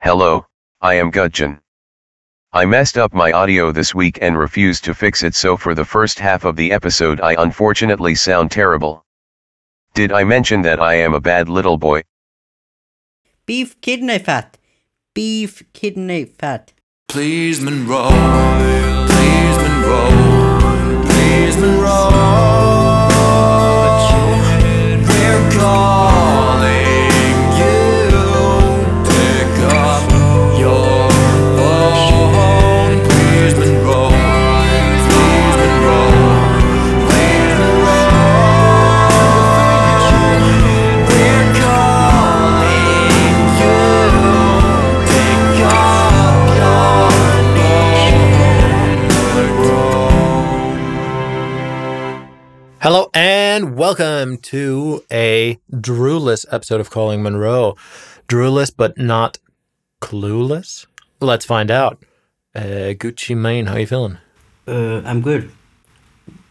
Hello, I am Gudjan. I messed up my audio this week and refused to fix it so for the first half of the episode I unfortunately sound terrible. Did I mention that I am a bad little boy? Beef kidney fat. Beef kidney fat. Please Monroe, please Monroe, please Monroe. We're calling you. Pick up your phone, please Monroe, please Monroe, please Monroe. We're calling you. Pick up your Hello and welcome to a Drewless episode of Calling Monroe. Drewless but not clueless. Let's find out. Uh, Gucci Mane, how you feeling? Uh, I'm good.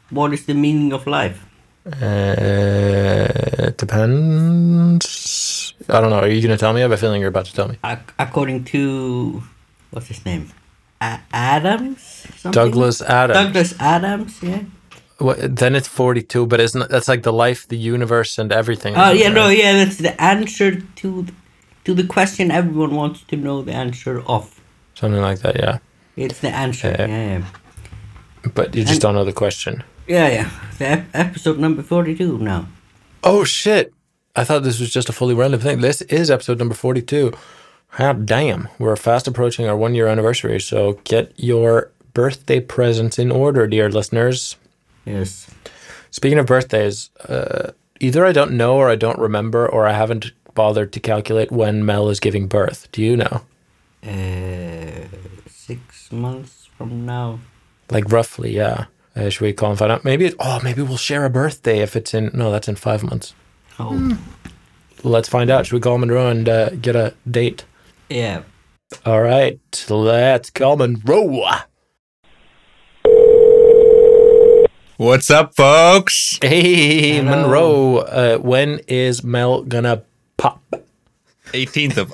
What is the meaning of life? Uh, it depends. I don't know. Are you going to tell me? I have a feeling you're about to tell me. Ac- according to what's his name? A- Adams. Something? Douglas Adams. Douglas Adams. Yeah. What, then it's 42, but isn't that's like the life, the universe, and everything? Oh yeah, no, right? yeah. That's the answer to th- to the question everyone wants to know the answer of. Something like that, yeah. It's the answer. Yeah. Yeah, yeah. But you just don't know the question. Yeah, yeah. The ep- episode number forty-two now. Oh shit! I thought this was just a fully random thing. This is episode number forty-two. Hot damn! We're fast approaching our one-year anniversary, so get your birthday presents in order, dear listeners. Yes. Speaking of birthdays, uh, either I don't know, or I don't remember, or I haven't bothered to calculate when Mel is giving birth. Do you know? Uh, six months from now. Like roughly, yeah. Uh, should we call and find out? Maybe. It, oh, maybe we'll share a birthday if it's in. No, that's in five months. Oh. Let's find out. Should we call Monroe and uh, get a date? Yeah. All right, let's come and roll. What's up, folks? Hey, Monroe, uh, when is Mel gonna pop? 18th of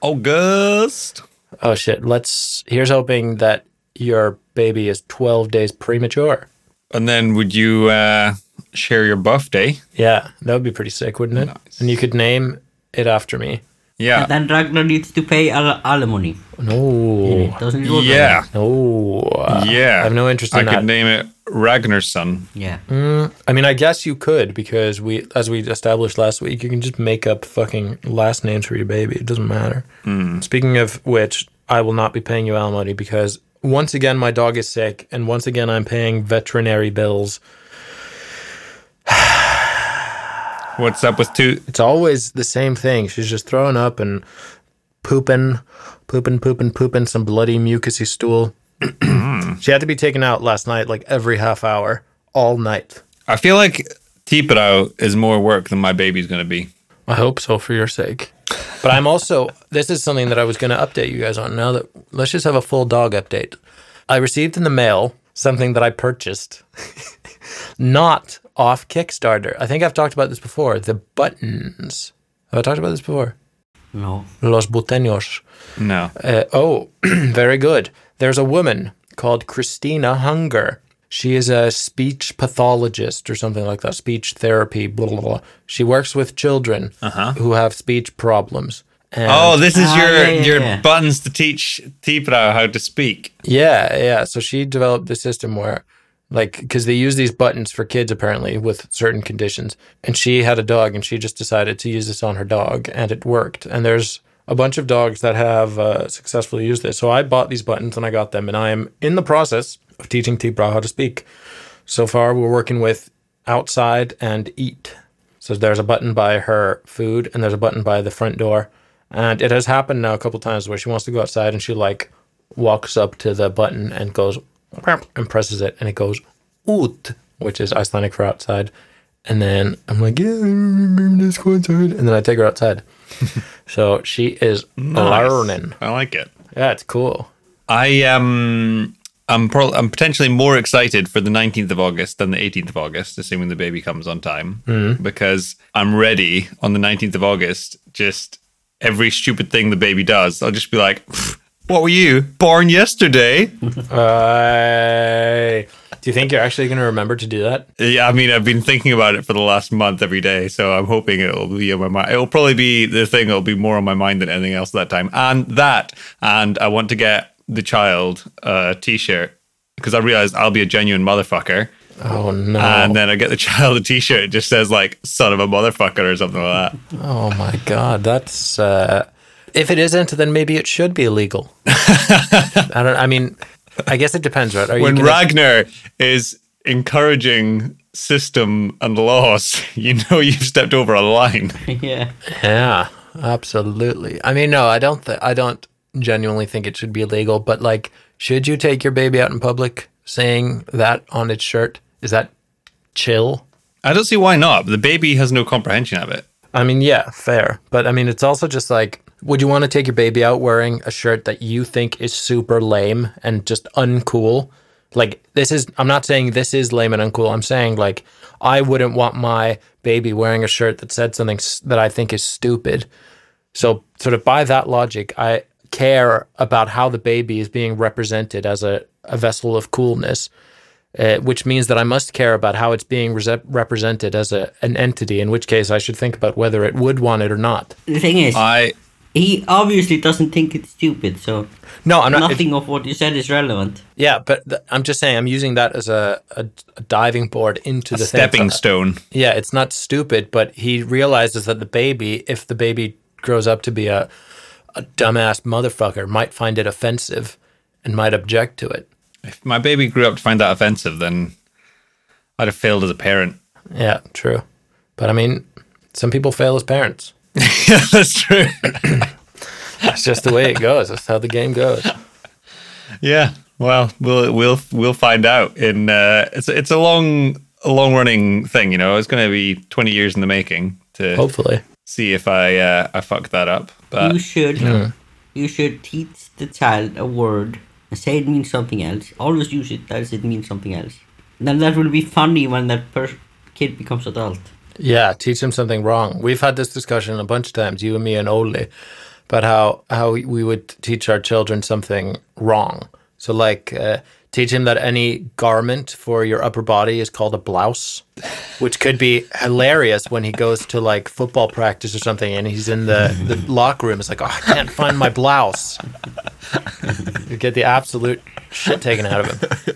August. Oh shit, let's. Here's hoping that your baby is 12 days premature. And then would you uh, share your birthday? Yeah, that would be pretty sick, wouldn't it? And you could name it after me. Yeah. And then Ragnar needs to pay al- alimony. No, Doesn't it work like Oh. Yeah. no. Yeah. I have no interest I in could that. name it Ragnarsson. that? Yeah. Hmm. I mean, I guess you could because we, as we established last week, you can just make up fucking last names for your baby. It doesn't matter. Hmm. Speaking of which, I will not be paying you alimony because once again my dog is sick, and once again I'm paying veterinary bills. What's up with two? It's always the same thing. She's just throwing up and pooping, pooping, pooping, pooping some bloody mucousy stool. she had to be taken out last night, like every half hour, all night. I feel like Tipero is more work than my baby's going to be. I hope so for your sake. But I'm also, this is something that I was going to update you guys on. Now that, let's just have a full dog update. I received in the mail something that I purchased, not off Kickstarter. I think I've talked about this before. The buttons. Have I talked about this before? No. Los Buteños. No. Uh, oh, very good. There's a woman called Christina Hunger. She is a speech pathologist or something like that, speech therapy, blah, blah, blah. She works with children who have speech problems. And Oh, this is Ah, your yeah, yeah, your yeah. buttons to teach Tipero how to speak. Yeah, yeah. So she developed a system where, like, because they use these buttons for kids apparently with certain conditions, and she had a dog, and she just decided to use this on her dog, and it worked. And there's a bunch of dogs that have uh, successfully used this. So I bought these buttons and I got them, and I am in the process of teaching T Bra how to speak. So far, we're working with outside and eat. So there's a button by her food and there's a button by the front door. And it has happened now a couple times where she wants to go outside and she like walks up to the button and goes "Whap," and presses it and it goes ut, which is Icelandic for outside. And then I'm like, yeah, remember this go outside. And then I take her outside. so she is learning. I like it. Yeah, it's cool. I um I'm pro- I'm potentially more excited for the 19th of August than the 18th of August, assuming the baby comes on time, because I'm ready on the 19th of August. Just every stupid thing the baby does. I'll just be like, "What were you born yesterday?" Uh, do you think you're actually going to remember to do that? Yeah, I mean, I've been thinking about it for the last month every day, so I'm hoping it'll be on my mind. It'll probably be the thing that'll be more on my mind than anything else that time. And that, and I want to get the child a t-shirt because I realized I'll be a genuine motherfucker. Oh no! And then I get the child a t-shirt. It just says like "son of a motherfucker" or something like that. oh my god, that's. Uh, if it isn't, then maybe it should be illegal. I don't. I mean, I guess it depends, right? Are when gonna- Ragnar is encouraging system and laws, you know you've stepped over a line. yeah. Yeah, absolutely. I mean, no, I don't. Th- I don't genuinely think it should be illegal. But like, should you take your baby out in public saying that on its shirt? Is that chill? I don't see why not. The baby has no comprehension of it. I mean, yeah, fair. But I mean, it's also just like, would you want to take your baby out wearing a shirt that you think is super lame and just uncool? Like, this is, I'm not saying this is lame and uncool. I'm saying, like, I wouldn't want my baby wearing a shirt that said something s- that I think is stupid. So, sort of by that logic, I care about how the baby is being represented as a, a vessel of coolness uh, which means that I must care about how it's being rese- represented as a, an entity, in which case I should think about whether it would want it or not. The thing is, I he obviously doesn't think it's stupid, so No, I'm not. it- nothing of what you said is relevant. yeah, but th- I'm just saying I'm using that as a, a, a diving board into the thing. uh, stepping stone. Yeah, it's not stupid, but he realizes that the baby, if the baby grows up to be a, a dumbass motherfucker, might find it offensive and might object to it. If my baby grew up to find that offensive, then I'd have failed as a parent. Yeah, true. But I mean, some people fail as parents. yeah, that's true. That's just the way it goes. That's how the game goes. yeah. Well, we'll we'll we'll find out. In uh, it's it's a long a long running thing. You know, it's going to be twenty years in the making to Hopefully. see if I uh, I fuck that up. But Hmm. you should you should teach the child a word and say it means something else. Always use it as it means something else. Then that will be funny when that per- kid becomes adult. Yeah, teach them something wrong. We've had this discussion a bunch of times, you and me and Ole, about how how we would teach our children something wrong. So like uh, teach him that any garment for your upper body is called a blouse, which could be hilarious when he goes to like football practice or something and he's in the, the locker room. It's like, oh, I can't find my blouse. you get the absolute shit taken out of him.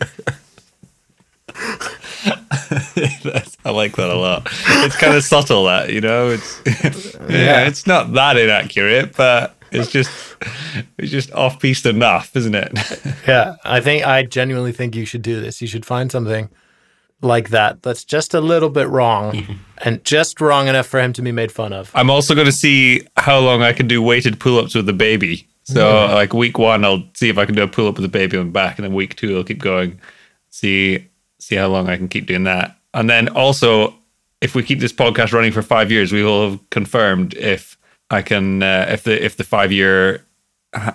That's- I like that a lot. It's kind of subtle, that you know. It's yeah, it's not that inaccurate, but it's just it's just off piece enough, isn't it? Yeah, I think I genuinely think you should do this. You should find something like that that's just a little bit wrong and just wrong enough for him to be made fun of. I'm also going to see how long I can do weighted pull-ups with the baby. So, like week one, I'll see if I can do a pull-up with the baby on the back, and then week two, I'll keep going, see see how long I can keep doing that. And then also, if we keep this podcast running for five years, we will have confirmed if I can uh, if the if the five year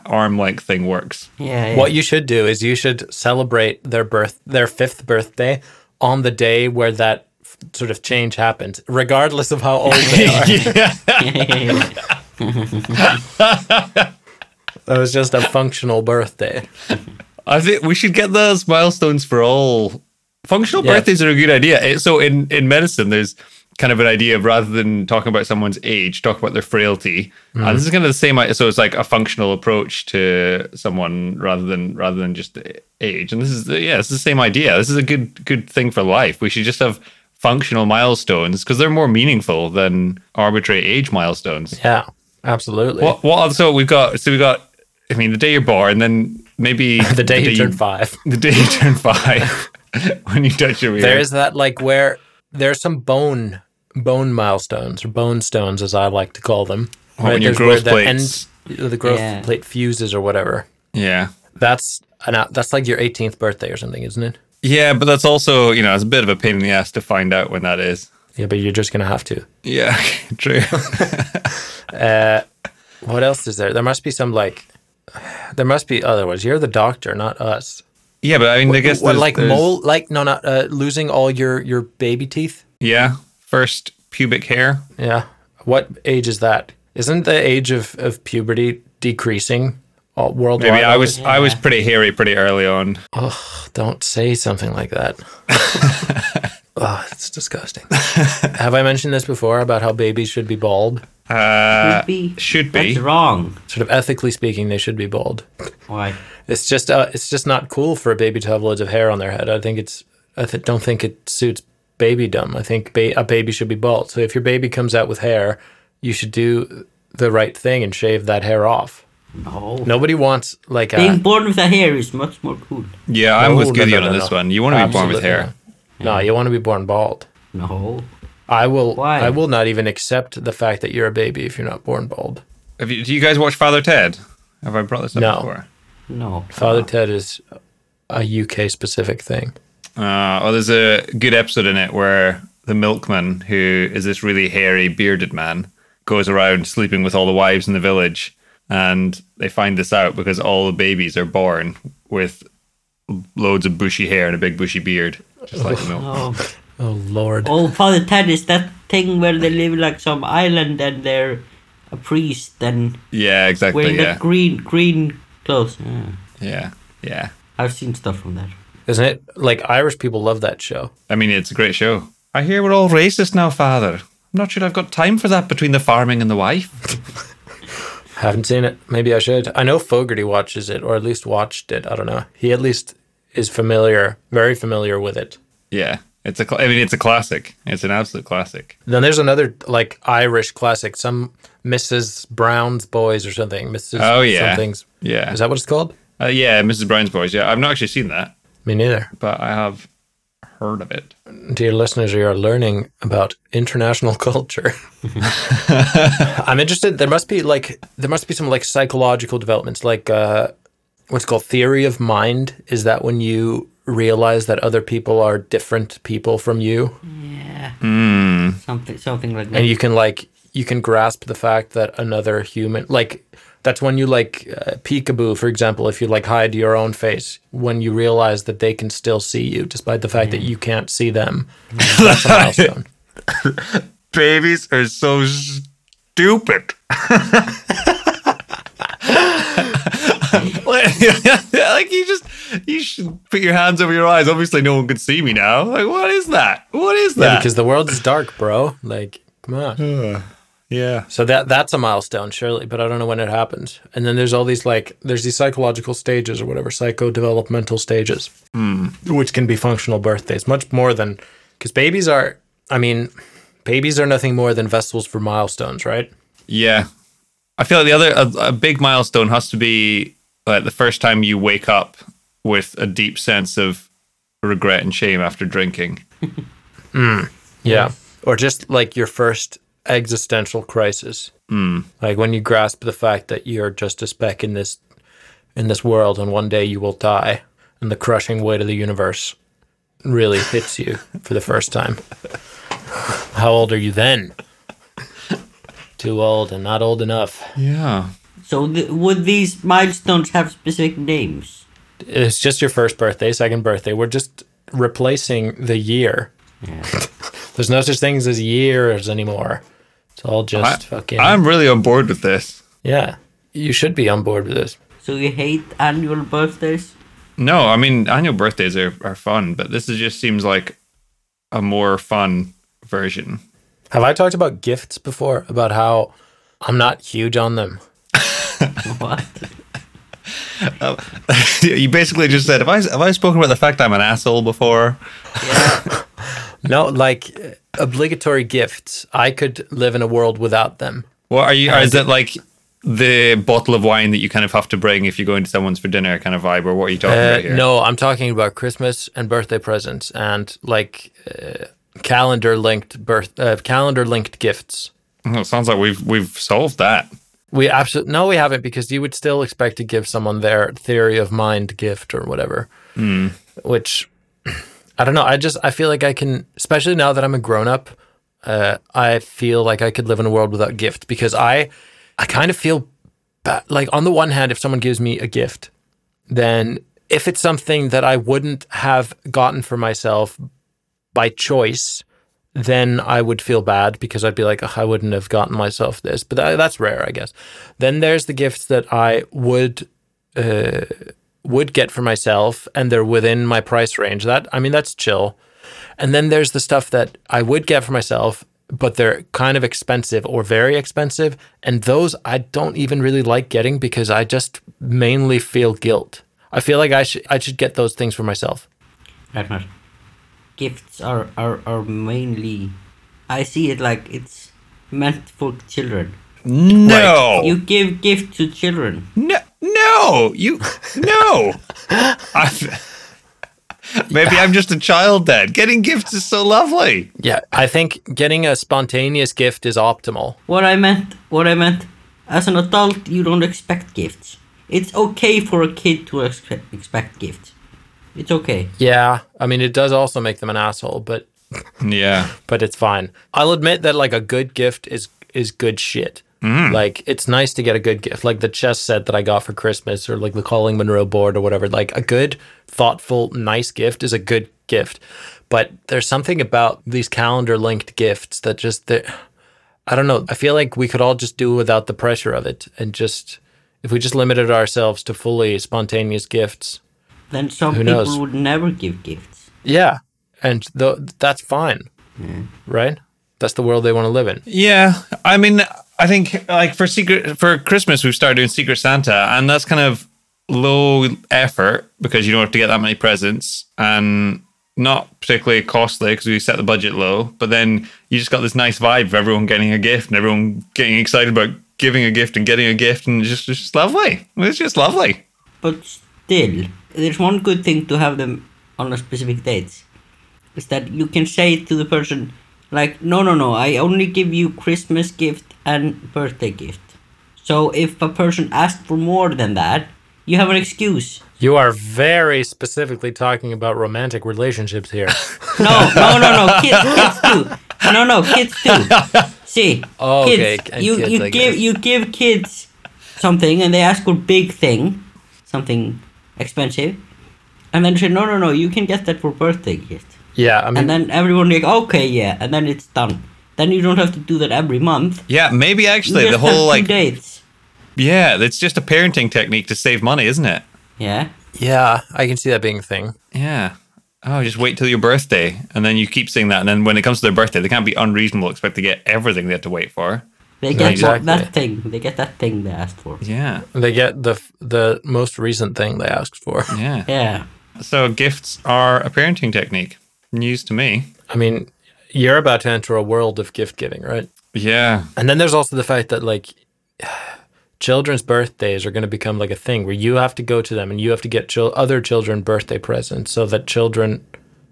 arm length thing works. Yeah. What you should do is you should celebrate their birth their 5th birthday on the day where that f- sort of change happened, regardless of how old they are. That was just a functional birthday. I think we should get those milestones for all. Functional Yeah. birthdays are a good idea. Eh, So in in medicine, there's kind of an idea of rather than talking about someone's age, talk about their frailty. Mm-hmm. And this is kind of the same. i- So it's like a functional approach to someone rather than rather than just a- age. And this is yeah, it's the same idea. This is a good good thing for life. We should just have functional milestones because they're more meaningful than arbitrary age milestones. Yeah, absolutely. What what other so we've got? So we've got. I mean, the day you're born, then maybe the day you turn 5. the day you turn five when you touch your ear. There is that like where there's some bone bone milestones or bone stones as I like to call them. Oh, when your There's where growth the plates- end- the growth Yeah. plate fuses or whatever. yeah, That's an, out- that's like your 18th birthday or something, isn't it? yeah, but that's also you know it's a bit of a pain in the ass to find out when that is. Yeah, but you're just gonna have to. Uh, Yeah, true. What else is there? There must be some like there must be other ones. You're the doctor, not us. yeah, but I mean, I guess What, there's- like there's- mole, like no, not uh, losing all your your baby teeth. Yeah, first pubic hair. Yeah. What age is that? Isn't the age of, of puberty decreasing all worldwide? Maybe I was I was pretty hairy pretty early on. Don't say something like that. oh, it's disgusting. Have I mentioned this before about how babies should be bald? Uh, should be. should be. That's wrong. Sort of ethically speaking, they should be bald. Why? It's just uh, it's just not cool for a baby to have loads of hair on their head. I think it's I th- don't think it suits baby dumb. I think ba- a baby should be bald. So if your baby comes out with hair, you should do the right thing and shave that hair off. No. Nobody wants like Being a Oh, born with a hair is much more cool. yeah, I'm with No, no, Goody no, on no, this no. one. You want to be born with Absolutely hair. not. No, you want to be born bald. No. I will. Why? I will not even accept the fact that you're a baby if you're not born bald. Have you, do you guys watch Father Ted? Have I brought this up No. before? No. Father Ted is a UK specific thing. Uh, well, there's a good episode in it where the milkman, who is this really hairy, bearded man, goes around sleeping with all the wives in the village. And they find this out because all the babies are born with loads of bushy hair and a big bushy beard, just like the milkman. No. Oh Lord! Oh, Father Ted is that thing where they live like some island and they're a priest and Yeah, exactly. wearing Yeah. that green green clothes. Yeah. Yeah. Yeah. I've seen stuff from that. Isn't it like Irish people love that show? I mean, it's a great show. I hear we're all racist now, Father. I'm not sure I've got time for that between the farming and the wife. Haven't seen it. Maybe I should. I know Fogarty watches it, or at least watched it. I don't know. He at least is familiar, very familiar with it. yeah. It's a, cl- I mean, it's a classic. It's an absolute classic. Then there's another like Irish classic, some Mrs. Brown's Boys or something. Mrs. Oh, yeah. something's. Yeah. Is that what it's called? Uh, yeah, Mrs. Brown's Boys. Yeah, I've not actually seen that, Me neither. but I have heard of it. dear listeners, you are learning about international culture. I'm interested. There must be like there must be some like psychological developments, like uh, what's called theory of mind. Is that when you realize that other people are different people from you, Yeah. Something something like that. and you can like you can grasp the fact that another human like that's when you like uh, peekaboo, for example. If you like hide your own face, when you realize that they can still see you despite the fact that you can't see them, that's a milestone. Babies are so stupid. like you just you should put your hands over your eyes. Obviously, no one can see me now. Like, what is that? What is Yeah, that? because the world is dark, bro. Like, come on. yeah. So that that's a milestone, surely, but I don't know when it happens. And then there's all these like there's these psychological stages or whatever, psycho developmental stages, which can be functional birthdays, much more than because babies are. I mean, babies are nothing more than vessels for milestones, right? Yeah. I feel like the other a, a big milestone has to be like the first time you wake up with a deep sense of regret and shame after drinking. Yeah. Or just like your first existential crisis. Like when you grasp the fact that you're just a speck in this in this world and one day you will die and the crushing weight of the universe really hits you for the first time. How old are you then? Too old and not old enough. Yeah. so th- would these milestones have specific names? It's just your first birthday, second birthday. We're just replacing the year. There's no such things as years anymore. It's all just fucking I'm really on board with this. Yeah. You should be on board with this. So you hate annual birthdays? No, I mean annual birthdays are, are fun, but this is just seems like a more fun version. Have I talked about gifts before? About how I'm not huge on them. What? you basically just said, "Have I have I spoken about the fact I'm an asshole before?" No, like uh, obligatory gifts. I could live in a world without them. What are you? Or is it like the bottle of wine that you kind of have to bring if you're going to someone's for dinner, kind of vibe, or what are you talking Uh, about here? no, I'm talking about Christmas and birthday presents and like uh, calendar linked birth uh, calendar linked gifts. Well, it sounds like we've we've solved that. We absolutely no, we haven't because you would still expect to give someone their theory of mind gift or whatever. Which I don't know. I just I feel like I can, especially now that I'm a grown up. Uh, I feel like I could live in a world without gift because I, I kind of feel ba- like on the one hand, if someone gives me a gift, then if it's something that I wouldn't have gotten for myself by choice, then I would feel bad because I'd be like, "Ugh, I wouldn't have gotten myself this. But that, that's rare, I guess. Then there's the gifts that I would uh, would get for myself, and they're within my price range. That I mean, that's chill. And then there's the stuff that I would get for myself, but they're kind of expensive or very expensive, and those I don't even really like getting because I just mainly feel guilt. I feel like I should I should get those things for myself. Ragnar. Gifts are, are, are mainly. I see it like it's meant for children. No. You give gift to children. No, no, you, no. i maybe I'm just a child then. Getting gifts is so lovely. Yeah, I think getting a spontaneous gift is optimal. What I meant, what I meant, as an adult, you don't expect gifts. It's okay for a kid to expect, expect gifts. It's okay. Yeah, I mean it does also make them an asshole, but Yeah. but it's fine. I'll admit that like a good gift is is good shit. Like it's nice to get a good gift, like the chess set that I got for Christmas, or like the Calling Monroe board or whatever. Like a good, thoughtful, nice gift is a good gift. But there's something about these calendar linked gifts that just they I don't know. I feel like we could all just do without the pressure of it, and just if we just limited ourselves to fully spontaneous gifts, Then some Who people knows? would never give gifts. yeah, and th- that's fine, Mm-hmm. right? That's the world they want to live in. Yeah. I mean, I think like for secret for Christmas we've started doing Secret Santa, and that's kind of low effort because you don't have to get that many presents and not particularly costly because we set the budget low. But then you just got this nice vibe of everyone getting a gift and everyone getting excited about giving a gift and getting a gift, and it's just it's just lovely. It's just lovely. But still, there's one good thing to have them on a specific date. Is that you can say to the person, like, no, no, no, I only give you Christmas gift and birthday gift. So if a person asks for more than that, you have an excuse. You are very specifically talking about romantic relationships here. No, no, no, no. Kids, kids too. No, no, kids too. See, Oh, okay, kids. and you kids, you I give guess. you give kids something, and they ask for big thing, something expensive, and then you say, no, no, no, you can get that for birthday gift, yeah, I mean, and then everyone like, okay, yeah, and then it's done. Then you don't have to do that every month. Yeah, maybe You actually the just have whole two like dates. yeah, it's just a parenting technique to save money, isn't it? Yeah, yeah, I can see that being a thing. Yeah. Oh, just wait till your birthday, and then you keep saying that, and then when it comes to their birthday, they can't be unreasonable to expect to get everything they have to wait for. they get Exactly. what, that thing. They get that thing they asked for. Yeah, They get the the most recent thing they asked for. yeah. Yeah, So gifts are a parenting technique. News to me. I mean, you're about to enter a world of gift giving, right? Yeah, And then there's also the fact that like children's birthdays are going to become like a thing where you have to go to them and you have to get chil- other children birthday presents so that children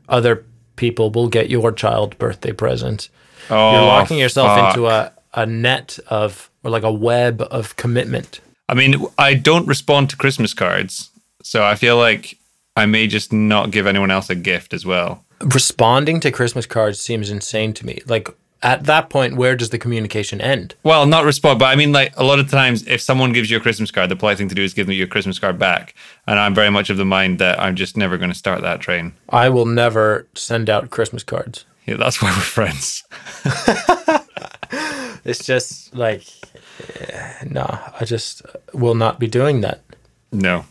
other people will get your child birthday presents. you're Oh, locking yourself fuck. into a, a net of or like a web of commitment. I mean, I don't respond to Christmas cards, so I feel like I may just not give anyone else a gift as well. Responding to Christmas cards seems insane to me. Like at that point, where does the communication end? Well, not respond, but I mean, like a lot of times, if someone gives you a Christmas card, the polite thing to do is give them your Christmas card back. And I'm very much of the mind that I'm just never going to start that train. I will never send out Christmas cards. Yeah, that's why we're friends. It's just like, no, I just will not be doing that. No,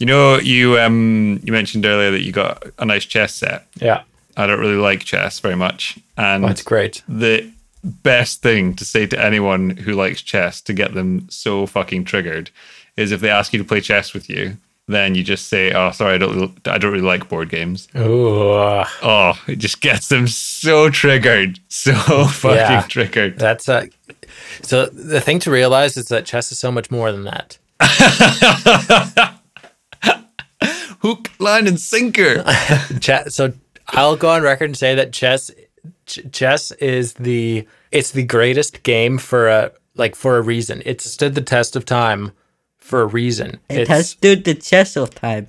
you know, you um, you mentioned earlier that you got a nice chess set. Yeah, I don't really like chess very much, and that's great. the best thing to say to anyone who likes chess to get them so fucking triggered is if they ask you to play chess with you, then you just say, "Oh, sorry, I don't, I don't really like board games." Ooh, Oh, it just gets them so triggered, so fucking Yeah. triggered. that's a. So the thing to realize is that chess is so much more than that. Hook, line, and sinker. chess. So I'll go on record and say that chess, ch- chess is the it's the greatest game for a like for a reason. It stood the test of time for a reason. it has stood the test of time.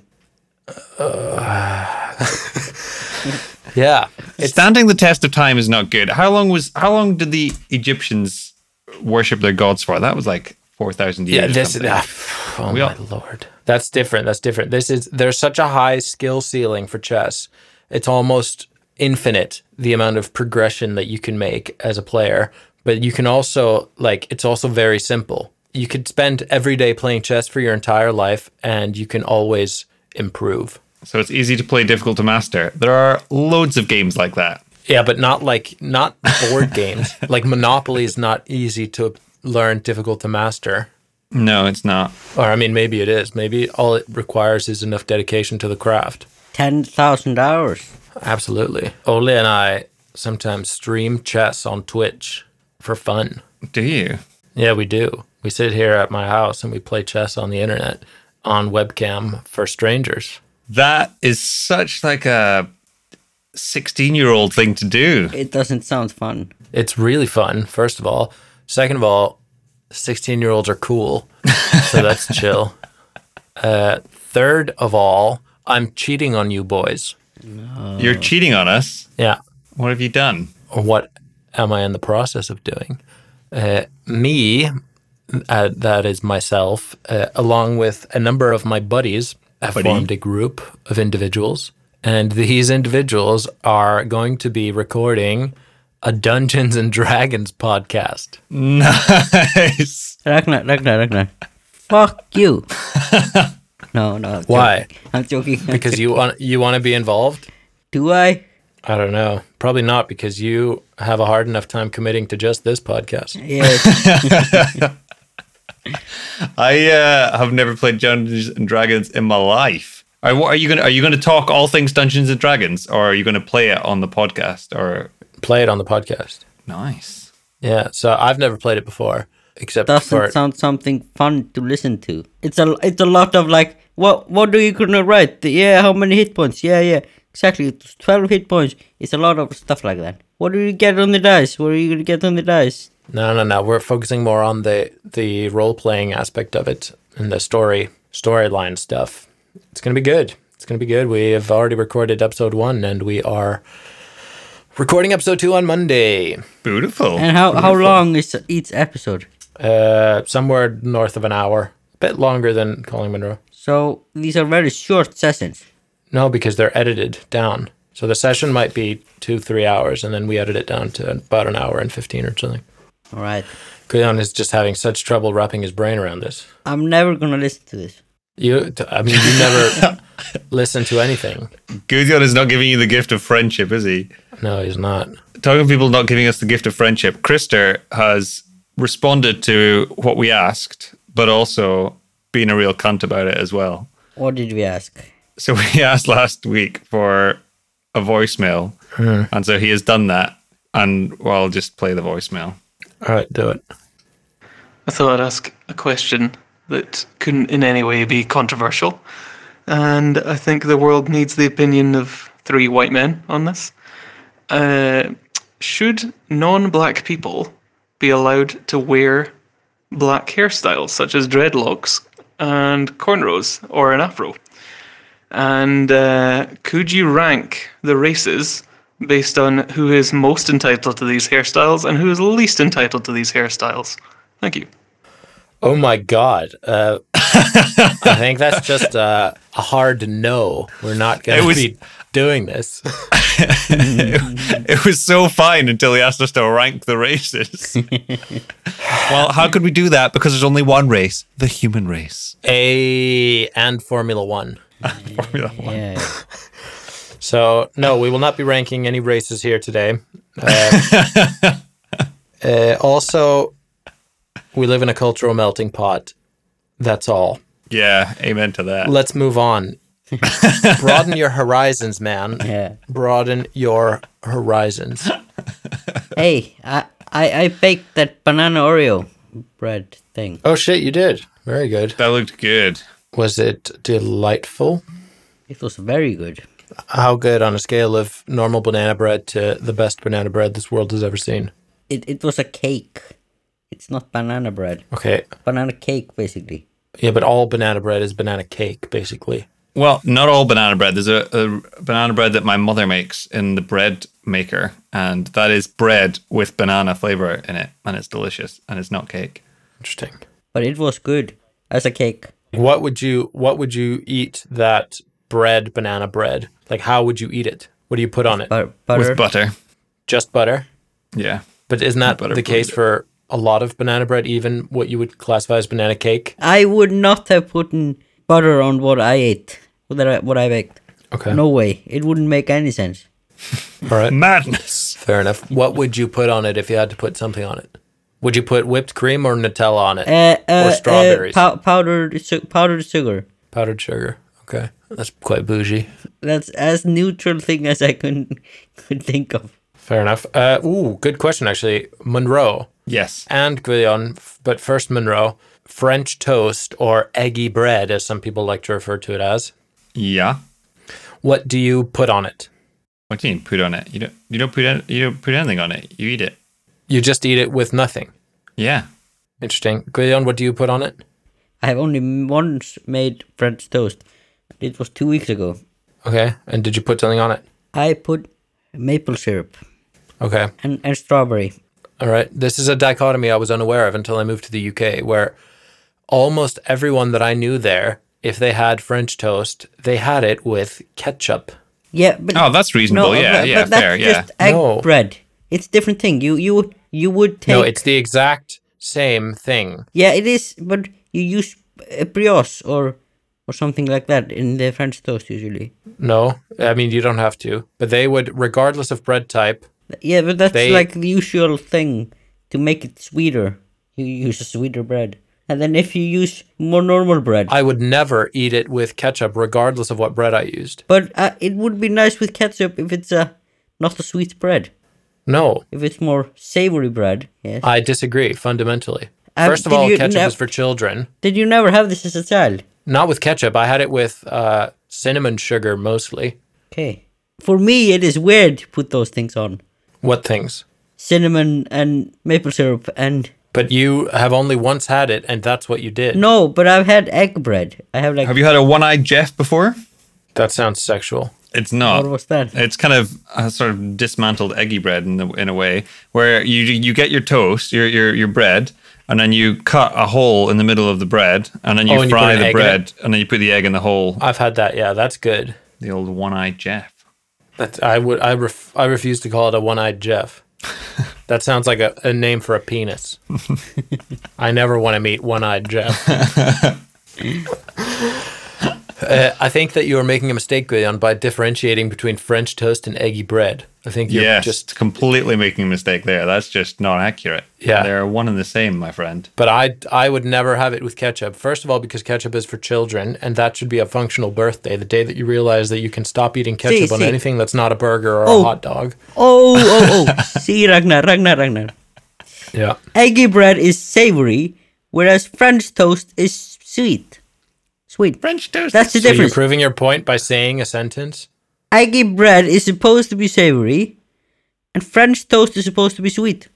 yeah. Standing the test of time is not good. How long was? How long did the Egyptians worship their gods for? That was like four thousand years. Yeah, or this something. ah, oh We my all- lord. That's different. That's different. This is there's such a high skill ceiling for chess. It's almost infinite the amount of progression that you can make as a player, but you can also like it's also very simple. You could spend every day playing chess for your entire life and you can always improve. So it's easy to play, difficult to master. There are loads of games like that. Yeah, but not like not board games. Like Monopoly is not easy to learn, difficult to master. No, it's not. Or I mean maybe it is. Maybe all it requires is enough dedication to the craft. 10,000 hours. Absolutely. Ole and I sometimes stream chess on Twitch for fun. Do you? Yeah, we do. We sit here at my house and we play chess on the internet on webcam for strangers. That is such like a 16 year old thing to do. It doesn't sound fun. It's really fun, first of all. Second of all, 16 year olds are cool. So that's chill. Uh, third of all, I'm cheating on you boys. Oh. You're cheating on us. Yeah. What have you done? what am I in the process of doing? Uh, me, uh, that is myself, uh, along with a number of my buddies, have formed a group of individuals. And these individuals are going to be recording a Dungeons and Dragons podcast. Nice. Ragnar, Ragnar, Ragnar. Fuck you. no, no. I'm Why? joking. I'm joking. I'm Because you want you want to be involved? joking. Do I? I don't know. Probably not because you have a hard enough time committing to just this podcast. Yes. I uh, have never played Dungeons and Dragons in my life. Are, what, are you gonna Are you gonna talk all things Dungeons and Dragons, or are you gonna play it on the podcast? Or Play it on the podcast. nice. Yeah. So I've never played it before except for doesn't sound something fun to listen to. It's a it's a lot of like what what are you gonna write? Yeah, how many hit points? Yeah, yeah, exactly. It's Twelve hit points. It's a lot of stuff like that. What do you get on the dice? What are you gonna get on the dice? No, no, no. We're focusing more on the the role playing aspect of it and the story storyline stuff. It's gonna be good. It's gonna be good. We have already recorded episode one, and we are recording episode two on Monday. Beautiful. And how how long is each episode? Uh, somewhere north of an hour, a bit longer than Calling Monroe. So these are very short sessions. No, because they're edited down. So the session might be two, three hours, and then we edit it down to about an hour and fifteen or something. All right, Kuyon is just having such trouble wrapping his brain around this. I'm never gonna listen to this. You, t- I mean, you never listen to anything. Gudjon is not giving you the gift of friendship, is he? No, he's not. talking of people not giving us the gift of friendship, Krister has responded to what we asked, but also been a real cunt about it as well. What did we ask? So we asked last week for a voicemail, and so he has done that. And well, I'll just play the voicemail. All right, do it. I thought I'd ask a question that couldn't in any way be controversial. And I think the world needs the opinion of three white men on this. Uh, should non black people be allowed to wear black hairstyles such as dreadlocks and cornrows or an afro? And uh, could you rank the races based on who is most entitled to these hairstyles and who is least entitled to these hairstyles? Thank you. Oh my God. Uh, I think that's just uh, a hard no. We're not going It to was- be doing this. Mm-hmm. It was so fine until he asked us to rank the races. well, how could we do that? Because there's only one race, the human race. A and Formula One. Formula One. Yeah, So, no, we will not be ranking any races here today. Uh, uh, also, we live in a cultural melting pot. That's all. Yeah, amen to that. Let's move on. Broaden your horizons, man. yeah. Broaden your horizons. hey, I, I I baked that banana Oreo bread thing. Oh, shit, you did. Very good. That looked good. Was it delightful? It was very good. How good on a scale of normal banana bread to the best banana bread this world has ever seen? It it was a cake. It's not banana bread. Okay. Banana cake, basically. Yeah, but all banana bread is banana cake, basically. Well, not all banana bread. There's a, a banana bread that my mother makes in the bread maker, and that is bread with banana flavor in it, and it's delicious, and it's not cake. Interesting. But it was good as a cake. What would you what would you eat that bread banana bread? Like how would you eat it? What do you put on it? But butter. with butter. Just butter. Yeah. But isn't that Butter the case for a lot of banana bread, even what you would classify as banana cake? I would not have put butter on what I ate, what I, what I baked. Okay. No way. It wouldn't make any sense. All right. Madness. Fair enough. What would you put on it if you had to put something on it? Would you put whipped cream or Nutella on it? Uh, uh, or strawberries? Uh, pow- powdered, su- powdered sugar. powdered sugar. Okay. That's quite bougie. That's as neutral thing as I could, could think of. Fair enough. Uh, ooh, good question, actually. Monroe Yes. and Guillon, but first Monroe, French toast or eggy bread, as some people like to refer to it as. Yeah. What do you put on it? What do you mean put on it? You don't. You don't put. Any, you don't put anything on it. You eat it. You just eat it with nothing. Yeah. Interesting. Guillon, what do you put on it? I have only once made French toast. It was two weeks ago. Okay. And did you put something on it? I put maple syrup Okay. and, and strawberry. All right. This is a dichotomy I was unaware of until I moved to the UK, where almost everyone that I knew there, if they had French toast, they had it with ketchup. Yeah, but Oh, that's reasonable. yeah. but, yeah. but that's fair. Yeah. just egg No. bread. It's different thing. You you you would take No, it's the exact same thing. Yeah, it is, but you use a brioche or or something like that in the French toast usually. No, I mean, you don't have to, but they would, regardless of bread type, Yeah, but that's They- like the usual thing to make it sweeter. You use sweeter bread. And then if you use more normal bread. I would never eat it with ketchup, regardless of what bread I used. but uh, it would be nice with ketchup if it's a not a sweet bread. No, If it's more savory bread, yes. I disagree fundamentally. Um, First of did all, you ketchup know- is for children. Did you never have this as a child? Not with ketchup. I had it with uh, cinnamon sugar mostly. Okay. For me, it is weird to put those things on What things? cinnamon and maple syrup and But you have only once had it, and that's what you did. no. But I've had egg bread. I have like Have you had a one-eyed Jeff before? That sounds sexual. It's not. Eh. What was that? It's kind of a sort of dismantled eggy bread in, the, in a way, where you you get your toast, your your your bread, and then you cut a hole in the middle of the bread, and then you Oh, and you fry put an the egg in it? bread, and then you put the egg in the hole. I've had that. Yeah, that's good. The old one-eyed Jeff. That I would. I ref, I refuse to call it a one-eyed Jeff. that sounds like a, a name for a penis. I never want to meet one-eyed Jeff. Uh, I think that you are making a mistake, Guillaume, by differentiating between French toast and eggy bread. I think you're yes, just just completely making a mistake there. That's just not accurate. Yeah. they're one and the same, my friend. But I I would never have it with ketchup. First of all, because ketchup is for children, and that should be a functional birthday. The day that you realize that you can stop eating ketchup on see. anything that's not a burger or Oh. a hot dog. Oh, oh, oh! See, Ragnar, Ragnar, Ragnar. Yeah. Eggy bread is savory, whereas French toast is sweet. Sweet. French toast. That's the So you're difference. proving your point by saying a sentence. Eggy bread is supposed to be savory, and French toast is supposed to be sweet.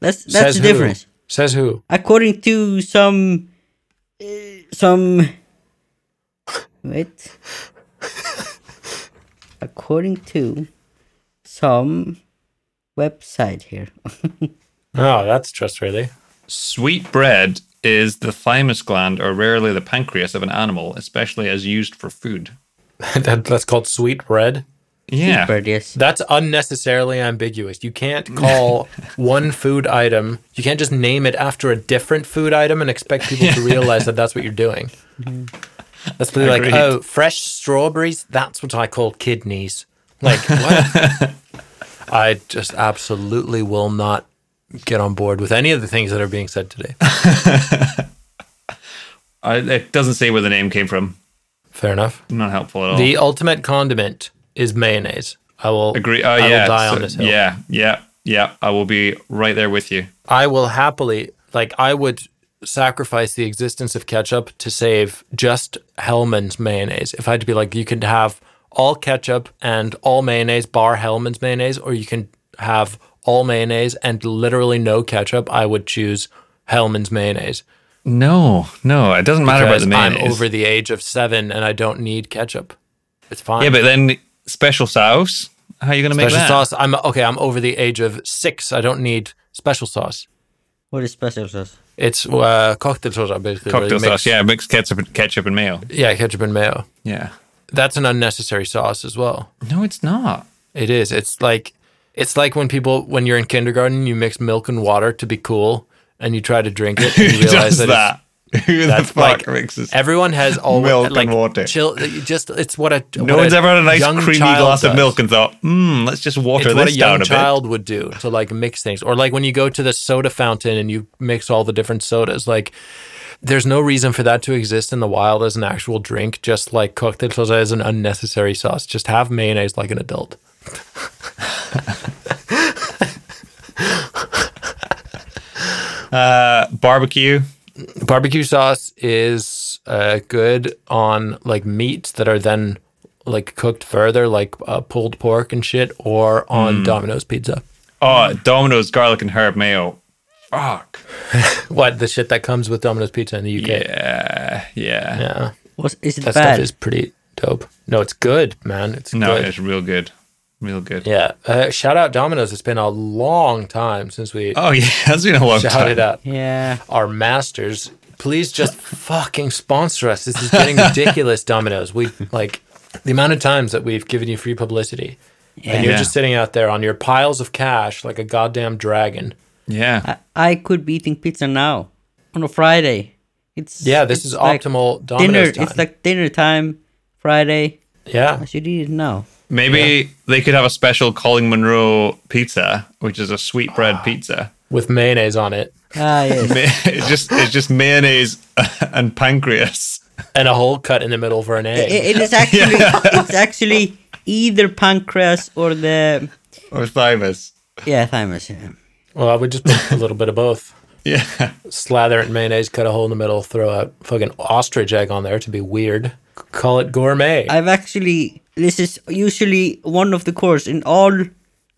That's that's Says the who? difference. Says who? according to some uh, some wait according to some website here Oh, that's trustworthy. Sweet bread is the thymus gland, or rarely the pancreas of an animal, especially as used for food. that, that's called sweet bread. Yeah, Bird, yes. That's unnecessarily ambiguous. You can't call one food item. You can't just name it after a different food item and expect people to realize that that's what you're doing. That's really like, Mm-hmm. Agreed. oh, fresh strawberries. That's what I call kidneys. Like, what? I just absolutely will not get on board with any of the things that are being said today. I, it doesn't say where the name came from. Fair enough. Not helpful at all. The ultimate condiment is mayonnaise. I will Agree. Oh I yeah. will die so- on this hill. Yeah. Yeah. Yeah. I will be right there with you. I will happily, like, I would sacrifice the existence of ketchup to save just Hellman's mayonnaise. If I had to be like, you can have all ketchup and all mayonnaise, bar Hellman's mayonnaise, or you can have all mayonnaise and literally no ketchup, I would choose Hellman's mayonnaise. No. No. It doesn't matter about Because the mayonnaise. I'm over the age of seven and I don't need ketchup. It's fine. yeah, but then special sauce. How are you gonna special make that? sauce. I'm okay. I'm over the age of six. I don't need special sauce. what is special sauce It's uh, cocktail sauce, basically. where you Cocktail mix- sauce. Yeah, mixed ketchup, and- ketchup and mayo. yeah, ketchup and mayo. Yeah. That's an unnecessary sauce as well. No, it's not. It is. It's like it's like when people when you're in kindergarten, you mix milk and water to be cool, and you try to drink it. Who And you realize does that, it's- that? Who the that's like- fuck mixes? everyone has always Milk and like, water. Chill. you Just it's what a no what one's ever had a nice young creamy child glass of does. milk and thought, hmm, let's just water It's this what a down young a child would do to like mix things, or like when you go to the soda fountain and you mix all the different sodas. Like, there's no reason for that to exist in the wild as an actual drink. Just like cocktail soda is an unnecessary sauce. Just have mayonnaise like an adult. bit. Uh, barbecue. barbecue sauce is uh, good on like meats that are then like cooked further, like uh, pulled pork and shit, or on Mm. Domino's pizza. Hmm. Oh, Domino's garlic and herb mayo. Fuck. What the shit that comes with Domino's pizza in the UK? Yeah, yeah. Yeah. What is it that bad? stuff is pretty dope. No, it's good, man. It's No, good. it's real good. Real good. yeah. Uh, shout out Domino's. It's been a long time since we Oh, yeah. That's been a long time. shouted out yeah. our masters. Please just fucking sponsor us. This is getting ridiculous, Domino's. We like the amount of times that we've given you free publicity. And you're Yeah. just sitting out there on your piles of cash like a goddamn dragon. Yeah. I, I could be eating pizza now on a Friday. It's Yeah, this it's is like optimal dinner. Domino's time. It's like dinner time Friday. yeah, I should eat it now. Maybe they could have a special Colin Monroe pizza, which is a sweetbread pizza. with mayonnaise on it Ah yes. Ma- It's just it's just mayonnaise and pancreas. and a hole cut in the middle for an egg. It- it is actually it's actually either pancreas or the Or thymus. yeah thymus. Yeah. well, I would just put a little bit of both. Yeah. Slather it in mayonnaise, cut a hole in the middle, throw a fucking ostrich egg on there to be weird. C- Call it gourmet. I've actually this is usually one of the course in all.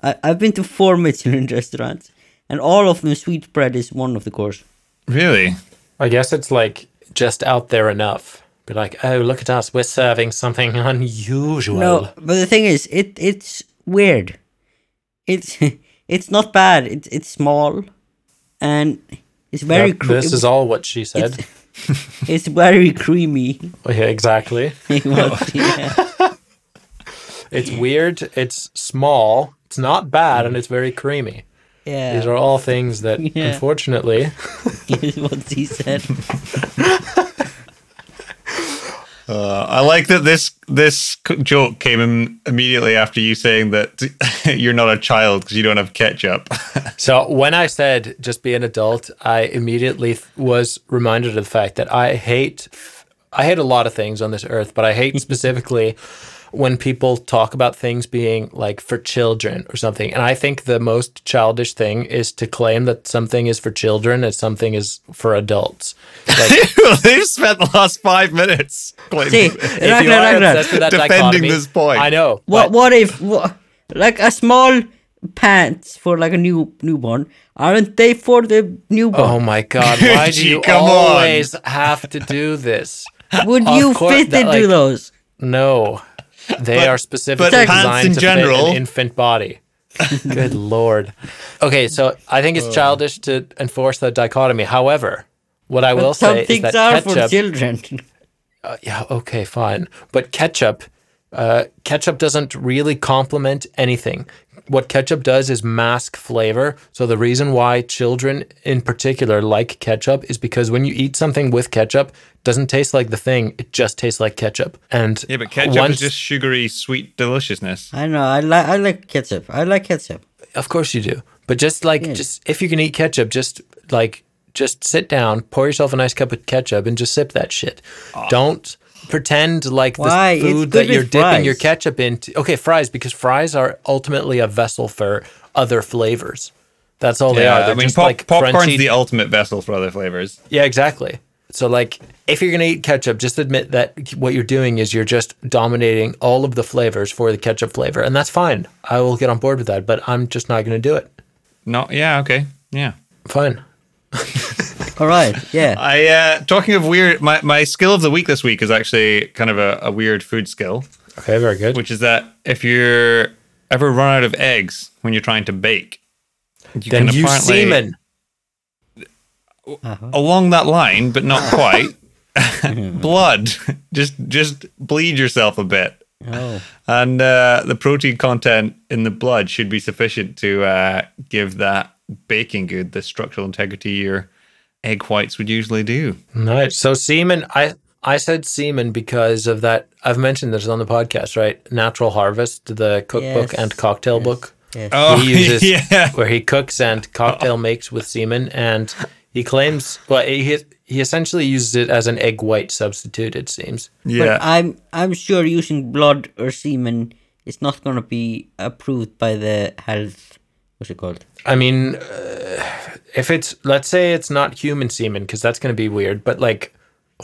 I, I've been to four Michelin restaurants, and all of them sweetbread is one of the course. Really? I guess it's like just out there enough. Be like, oh, look at us. We're serving something unusual. No, but the thing is, it it's weird. It's it's not bad. It's it's small, and it's very Yep, cre- this is all what she said. Oh, it's very creamy. Yeah, exactly. It was- yeah. It's weird. It's small. It's not bad, and it's very creamy. yeah. These are all things that, Yeah. unfortunately, is what he said. Uh, I like that this this c- joke came in immediately after you saying that you're not a child because you don't have ketchup. So when I said just be an adult, I immediately th- was reminded of the fact that I hate I hate a lot of things on this earth, but I hate specifically when people talk about things being like for children or something. And I think the most childish thing is to claim that something is for children and something is for adults. Like They've spent the last five minutes. claiming See, this. if you Ragnar, are Ragnar, obsessed with that Defending dichotomy- this point. I know. What but- what if what, like a small pants for like a new newborn? Aren't they for the Oh newborn? my god, why do Gee, you come on. always have to do this? Would Oh, of you course, fit that, into like- those? No, they are specifically but pants designed in to general- fit an infant body. Good lord. Okay, so I think Uh. it's childish to enforce that dichotomy. However, what I will Some say is things that are for ketchup. children. uh, yeah, okay, fine, but ketchup, uh, ketchup doesn't really complement anything. What ketchup does is mask flavor. So the reason why children in particular like ketchup is because when you eat something with ketchup, it doesn't taste like the thing. It just tastes like ketchup. And Yeah, but ketchup once- is just sugary, sweet deliciousness. I know. I like I like ketchup. I like ketchup. Of course you do. But just like Yeah. just if you can eat ketchup, just like just sit down, pour yourself a nice cup of ketchup and just sip that shit. Ah. Don't pretend like Why? the It's food good that you're with dipping your fries. ketchup into Okay, fries because fries are ultimately a vessel for other flavors. That's all they are. They're I mean, just pop, like popcorn's crunchy the ultimate vessel for other flavors. yeah, exactly. So like if you're going to eat ketchup, just admit that what you're doing is you're just dominating all of the flavors for the ketchup flavor and that's fine. I will get on board with that, but I'm just not going to do it. No, yeah, okay, yeah. Fine. All right. Yeah. I uh, talking of weird, my, my skill of the week this week is actually kind of a, a weird food skill, Okay, very good. which is that if you're ever run out of eggs when you're trying to bake, you then you semen. along that line, but not quite. blood, just just bleed yourself a bit Oh. And uh, the protein content in the blood should be sufficient to uh, give that baking good the structural integrity your egg whites would usually do. Nice. So semen, I I said semen because of that. I've mentioned this on the podcast, right? Natural Harvest, the cookbook Yes. and cocktail book. Yes. Oh, he uses yeah. where he cooks and cocktail makes with semen, and he claims well, he he essentially uses it as an egg white substitute. It seems. Yeah. uh, But I'm I'm sure using blood or semen is not gonna be approved by the health. What's it called? I mean, uh, if it's let's say it's not human semen because that's going to be weird, but like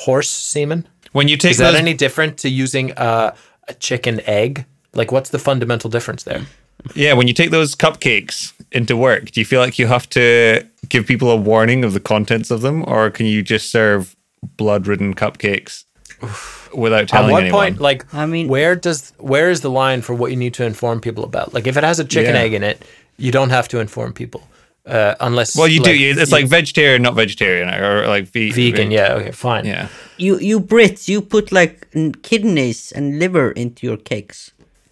horse semen. when you take Is that those, any different to using uh, a chicken egg? Like, what's the fundamental difference there? yeah, when you take those cupcakes into work, do you feel like you have to give people a warning of the contents of them, or can you just serve blood-ridden cupcakes without At telling what anyone? point, like, I mean- where does where is the line for what you need to inform people about? Like, if it has a chicken Yeah. egg in it, you don't have to inform people, uh, unless well, you do. like, you- It's like vegetarian, not vegetarian, or like ve- vegan. Yeah, okay, fine. yeah. You you Brits, you put like n- kidneys and liver into your cakes.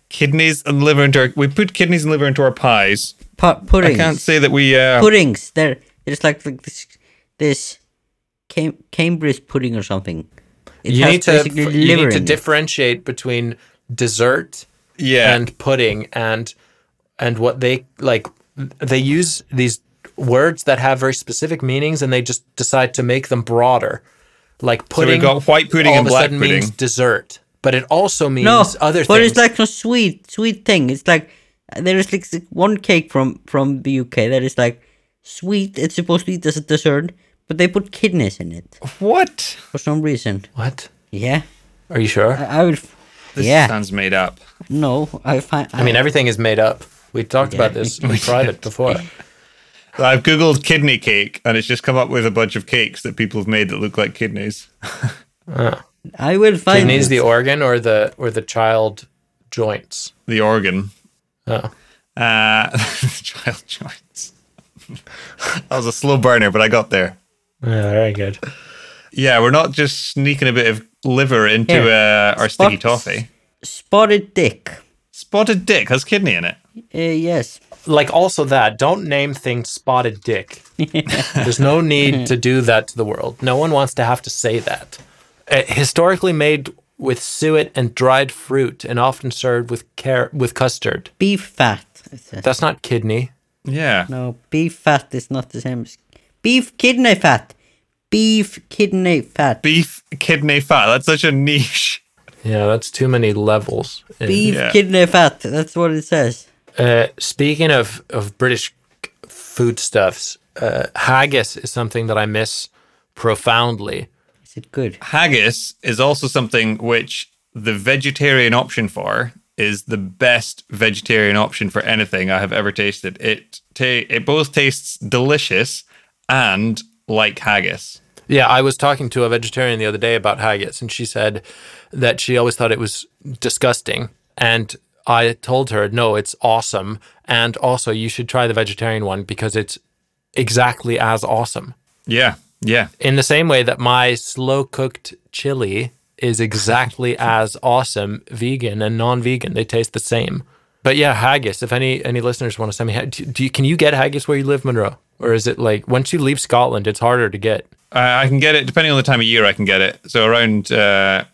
Kidneys and liver into our, we put kidneys and liver into our pies. Pu- I puddings. can't say that we uh, Puddings. There, there's like, like this this Cam- Cambridge pudding or something. It you has need to basically f- you liver need to in it. differentiate between dessert yeah and pudding and and what they like they use these words that have very specific meanings and they just decide to make them broader like we pudding got white pudding all and of black a sudden means pudding. dessert but it also means no, other but things it's like a sweet, sweet thing. It's like uh, there is like s- one cake from from the UK that is like sweet. It's supposed to eat as a dessert, but they put kidneys in it what for some reason. what Yeah, are you sure I, I will. f- this yeah, sounds made up. no, I find. i mean everything is made up we've talked about this in private before I've googled kidney cake and it's just come up with a bunch of cakes that people have made that look like kidneys. I will find. kidneys it. the organ or the or the child joints The organ, oh uh, child joints. that was a slow burner, but I got there. yeah, very good Yeah, we're not just sneaking a bit of liver into Here. uh, our sticky Spots- toffee. Spotted dick. Spotted dick has kidney in it. Uh, yes. like also that don't name things spotted dick there's no need to do that to the world no one wants to have to say that Uh, historically made with suet and dried fruit and often served with car- with custard Beef fat. it says. that's not kidney Yeah. No, beef fat is not the same as beef kidney fat. Beef kidney fat. Beef kidney fat. That's such a niche. yeah that's too many levels in- beef Yeah. kidney fat. That's what it says. Uh, speaking of, of British c- foodstuffs, uh, haggis is something that I miss profoundly. Is it good? haggis is also something which the vegetarian option for is the best vegetarian option for anything I have ever tasted. It ta- it both tastes delicious and like haggis. Yeah, I was talking to a vegetarian the other day about haggis, and she said that she always thought it was disgusting. And I told her, no, it's awesome. And also, you should try the vegetarian one because it's exactly as awesome. Yeah, yeah. In the same way that my slow cooked chili is exactly as awesome, vegan and non vegan. They taste the same. But yeah, haggis. If any any listeners want to send me, ha- do, do you, can you get haggis where you live, Monroe? Or is it like once you leave Scotland, it's harder to get? I, I can get it depending on the time of year. I can get it. So around uh,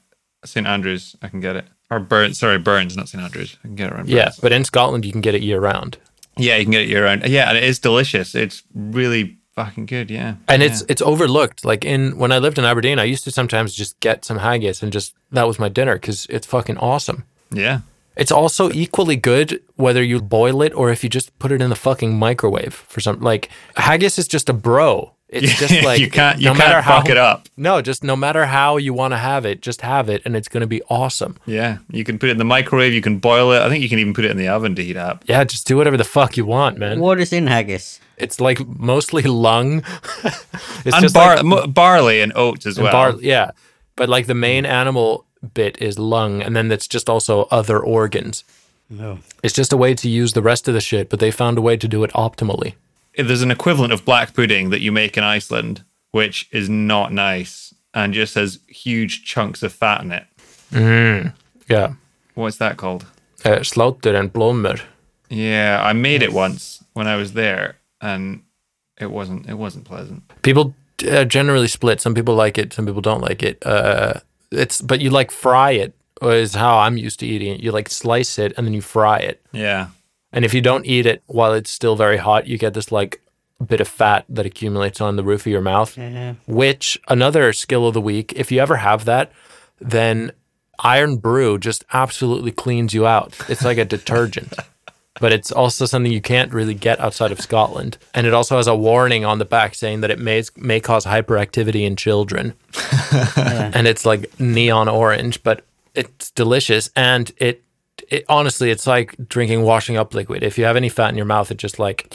St Andrews, I can get it. Or Burns, sorry, Burns, not St Andrews. I can get it around. Yeah, Burns. but in Scotland, you can get it year round. yeah, you can get it year round. Yeah, and it is delicious. It's really fucking good. Yeah, and it's it's overlooked. Like in when I lived in Aberdeen, I used to sometimes just get some haggis and just that was my dinner because it's fucking awesome. yeah. It's also equally good whether you boil it or if you just put it in the fucking microwave for some like haggis is just a bro. It's Yeah, just like you can't- you no matter can't how, fuck it up. No, just no matter how you want to have it, just have it and it's gonna be awesome. Yeah, you can put it in the microwave. You can boil it. I think you can even put it in the oven to heat up. Yeah, just do whatever the fuck you want, man. What is in haggis? It's like mostly lung. it's And just bar- like mo- barley and oats as well. Bar- yeah, but like the main animal bit is lung, and then that's just also other organs. No. It's just a way to use the rest of the shit, but they found a way to do it optimally. There's an equivalent of black pudding that you make in Iceland, which is not nice and just has huge chunks of fat in it. Yeah, what's that called? Uh, Slaughter and Blommer. Yeah, I made it once when I was there, and it wasn't it wasn't pleasant. People uh, generally split. Some people like it. Some people don't like it. Uh, it's but you like fry it is how I'm used to eating it. You like slice it and then you fry it. Yeah, And if you don't eat it while it's still very hot, you get this like bit of fat that accumulates on the roof of your mouth. Which another skill of the week, if you ever have that, then iron brew just absolutely cleans you out. It's like a detergent. But it's also something you can't really get outside of Scotland. And it also has a warning on the back saying that it may may cause hyperactivity in children and it's like neon orange, but it's delicious. And it, it honestly, it's like drinking washing up liquid. If you have any fat in your mouth, it just like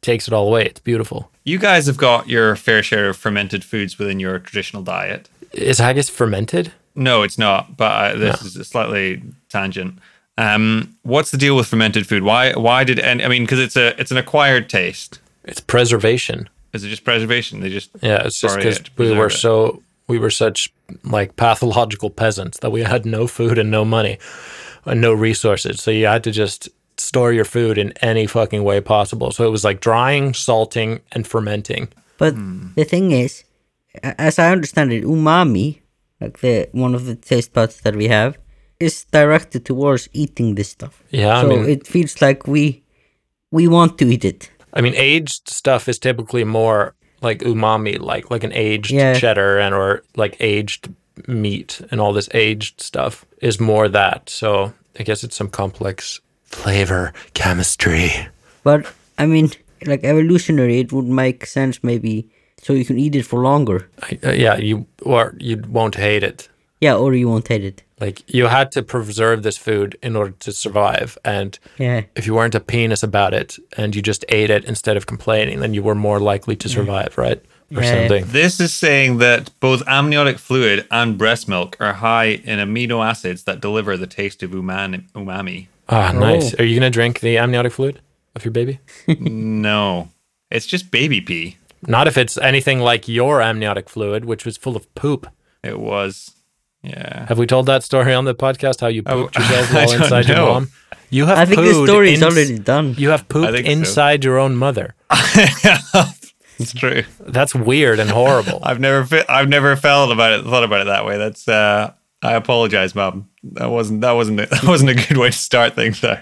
takes it all away. It's beautiful. you guys have got your fair share of fermented foods within your traditional diet. Is haggis fermented? No, it's not. But uh, this is a slightly tangent. Um, what's the deal with fermented food? Why why did and I mean because it's a it's an acquired taste. It's preservation. Is it just preservation? They just Yeah, it's just bury because it to we preserve were it. so we were such like pathological peasants that we had no food and no money and no resources. So you had to just store your food in any fucking way possible. So it was like drying, salting, and fermenting. But the thing is, a- as I understand it, umami, like the one of the taste buds that we have, is directed towards eating this stuff. Yeah, I so mean- it feels like we we want to eat it. I mean, aged stuff is typically more like umami, like like an aged Yeah. cheddar and or like aged meat and all this aged stuff is more that. So I guess it's some complex flavor chemistry. But I mean, like evolutionary, it would make sense maybe so you can eat it for longer. I, uh, yeah, you or you won't hate it. Yeah, or you won't hate it. Like you had to preserve this food in order to survive, and Yeah. if you weren't a penis about it and you just ate it instead of complaining, then you were more likely Mm. to survive, right? Or Yeah, yeah. something. This is saying that both amniotic fluid and breast milk are high in amino acids that deliver the taste of umami. umami. Ah, nice. Oh. Are you gonna drink the amniotic fluid of your baby? No, it's just baby pee. Not if it's anything like your amniotic fluid, which was full of poop. It was, yeah. Have we told that story on the podcast? How you pooped yourself Oh, I while don't inside your know. mom? You have. I think pooed this story is ins- already done. You have pooped think so. inside your own mother. it's true. That's weird and horrible. I've never, fe- I've never felt about it, thought about it that way. That's, uh, I apologize, mom. That wasn't, that wasn't, a, that wasn't a good way to start things out.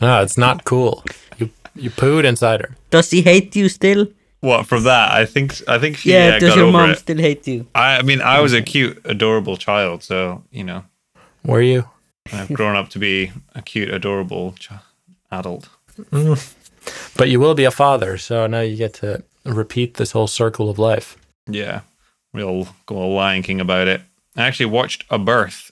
no, it's not cool. You you pooed inside her. Does he hate you still? What from that? I think, I think she Yeah, uh, does got your over mom it. still hate you? I, I mean, I was a cute, adorable child, so you know, Were you? and I've grown up to be a cute, adorable ch- adult. But you will be a father, so now you get to repeat this whole circle of life. Yeah, real go all Lion King about it. I actually watched A Birth,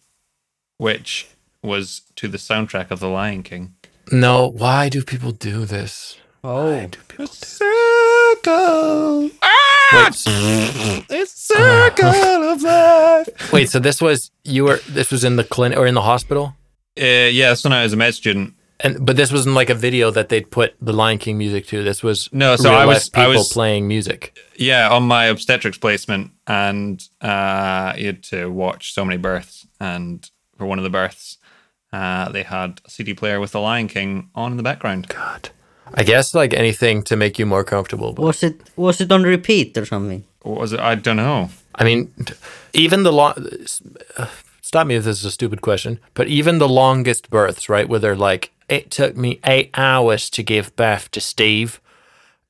which was to the soundtrack of The Lion King. No, why do people do this? Oh. Circle, ah, it's circle of life. Wait, so this was you were this was in the clinic or in the hospital? Uh, yeah, that's when I was a med student. And but this wasn't like a video that they'd put the Lion King music to. This was No, so real I life was- I people was- playing music. Yeah, on my obstetrics placement, and uh, you had to watch so many births. And for one of the births, uh, they had a CD player with The Lion King on in the background. God, I guess like anything to make you more comfortable. But, Was it was it on repeat or something? What was it? I don't know. I mean, t- even the long. Stop me if this is a stupid question, but even the longest births, right, where they're like, it took me eight hours to give birth to Steve.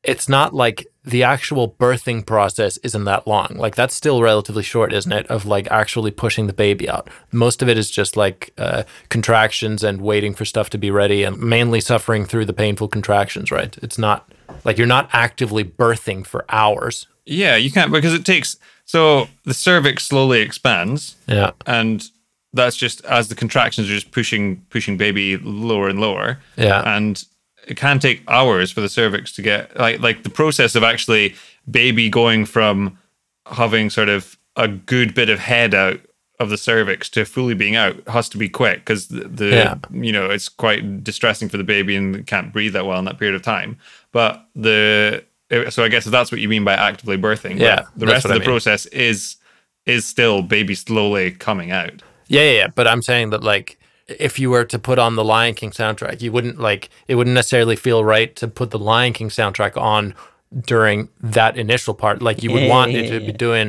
It's not like the actual birthing process isn't that long. Like that's still relatively short, isn't it? Of like actually pushing the baby out. Most of it is just like uh, contractions and waiting for stuff to be ready, and mainly suffering through the painful contractions. Right? It's not like you're not actively birthing for hours. Yeah, you can't because it takes. So the cervix slowly expands, Yeah. and that's just as the contractions are just pushing pushing baby lower and lower. Yeah. and it can take hours for the cervix to get like like the process of actually baby going from having sort of a good bit of head out of the cervix to fully being out has to be quick because the, the Yeah. you know it's quite distressing for the baby and can't breathe that well in that period of time but the so i guess if that's what you mean by actively birthing but Yeah, the that's rest of what I the mean. process is is still baby slowly coming out Yeah, yeah, yeah. But I'm saying that like if you were to put on the Lion King soundtrack, you wouldn't like it wouldn't necessarily feel right to put the Lion King soundtrack on during that initial part. Like you would Yeah, want yeah, it to yeah, be doing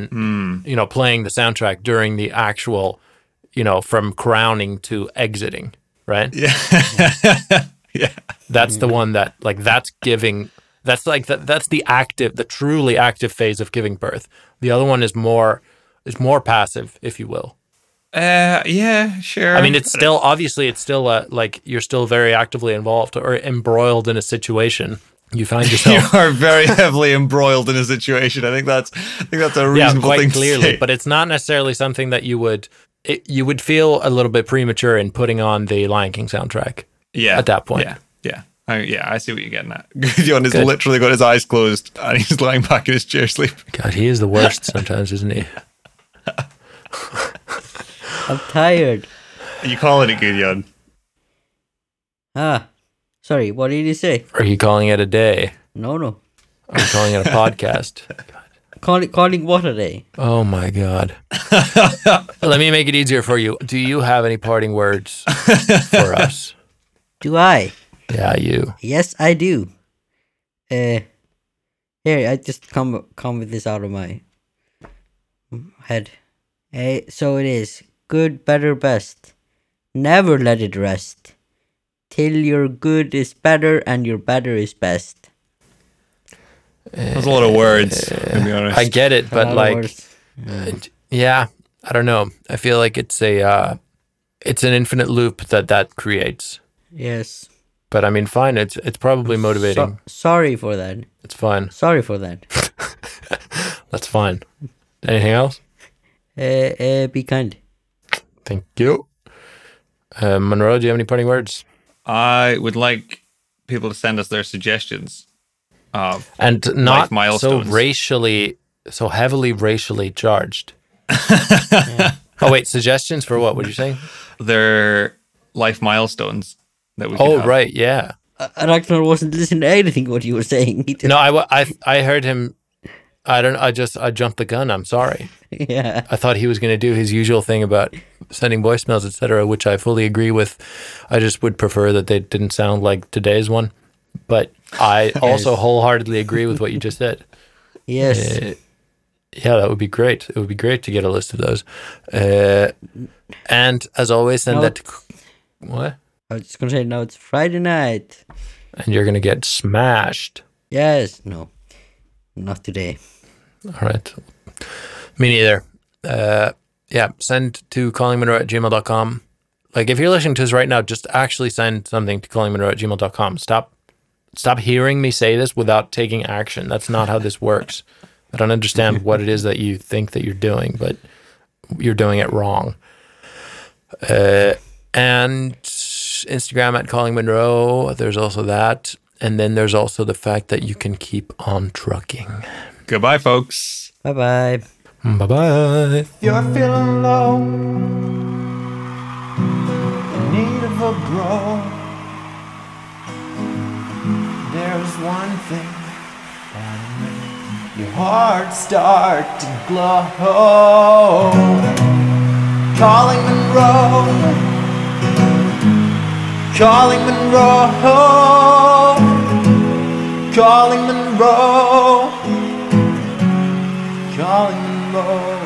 you know, playing the soundtrack during the actual, you know, from crowning to exiting, right? Yeah. Yeah. That's the one that like that's giving that's like that that's the active the truly active phase of giving birth. The other one is more is more passive, if you will. Uh, yeah, sure. I mean, it's still obviously it's still uh, like you're still very actively involved or embroiled in a situation. You find you yourself are very heavily embroiled in a situation. I think that's I think that's a yeah, reasonable quite thing to clearly, say. but it's not necessarily something that you would it, you would feel a little bit premature in putting on the Lion King soundtrack. yeah, at that point. yeah, yeah. I, yeah, I see what you're getting at. Gideon has Good. literally got his eyes closed and he's lying back in his chair sleeping. God, he is the worst sometimes, isn't he? I'm tired. You calling it, Gideon? Ah, sorry. What did you say? Are you calling it a day? No, no. Are you calling it a podcast? Call it, calling what a day. Oh my God. Let me make it easier for you. Do you have any parting words for us? Do I? Yeah, you. Yes, I do. Uh, here I just come come with this out of my head. Eh, so it is good, better, best. Never let it rest till your good is better and your better is best. That's a lot of words. To be honest, I get it, A lot but of like, words. Mm. yeah, I don't know. I feel like it's a, uh, it's an infinite loop that that creates. yes. But I mean, fine. It's it's probably motivating. So- sorry for that. it's fine. Sorry for that. That's fine. Anything else? uh, uh, be kind. Thank you. Uh, Monroe, do you have any parting words? I would like people to send us their suggestions. Uh, and not so milestones. racially so heavily racially charged oh wait suggestions for what what are you saying their life milestones that we. could oh have. right yeah Uh, Ragnar wasn't listening to anything what you were saying. He just, no I, wa- I i heard him i don't i just i jumped the gun i'm sorry Yeah. i thought he was going to do his usual thing about sending voicemails etc which i fully agree with i just would prefer that they didn't sound like today's one but i also wholeheartedly agree with what you just said Uh, Yes. Yeah, that would be great. It would be great to get a list of those. Uh, and as always, send Now that. To, what? I was just gonna say now it's Friday night. And you're gonna get smashed. Yes. No. Not today. All right. Me neither. Uh, yeah, send to callingmonroe at gmail.com. Like if you're listening to this right now, just actually send something to callingmonroe at gmail.com. Stop, stop hearing me say this without taking action. That's not how this works. I don't understand what it is that you think that you're doing, but you're doing it wrong. Uh, and Instagram at calling Monroe. There's also that. And then there's also the fact that you can keep on trucking. Goodbye, folks. Bye bye. Bye bye. You're feeling low, in need of a bro. There's one thing that makes your heart start to glow. Calling Monroe, calling Monroe, calling Monroe, calling Monroe.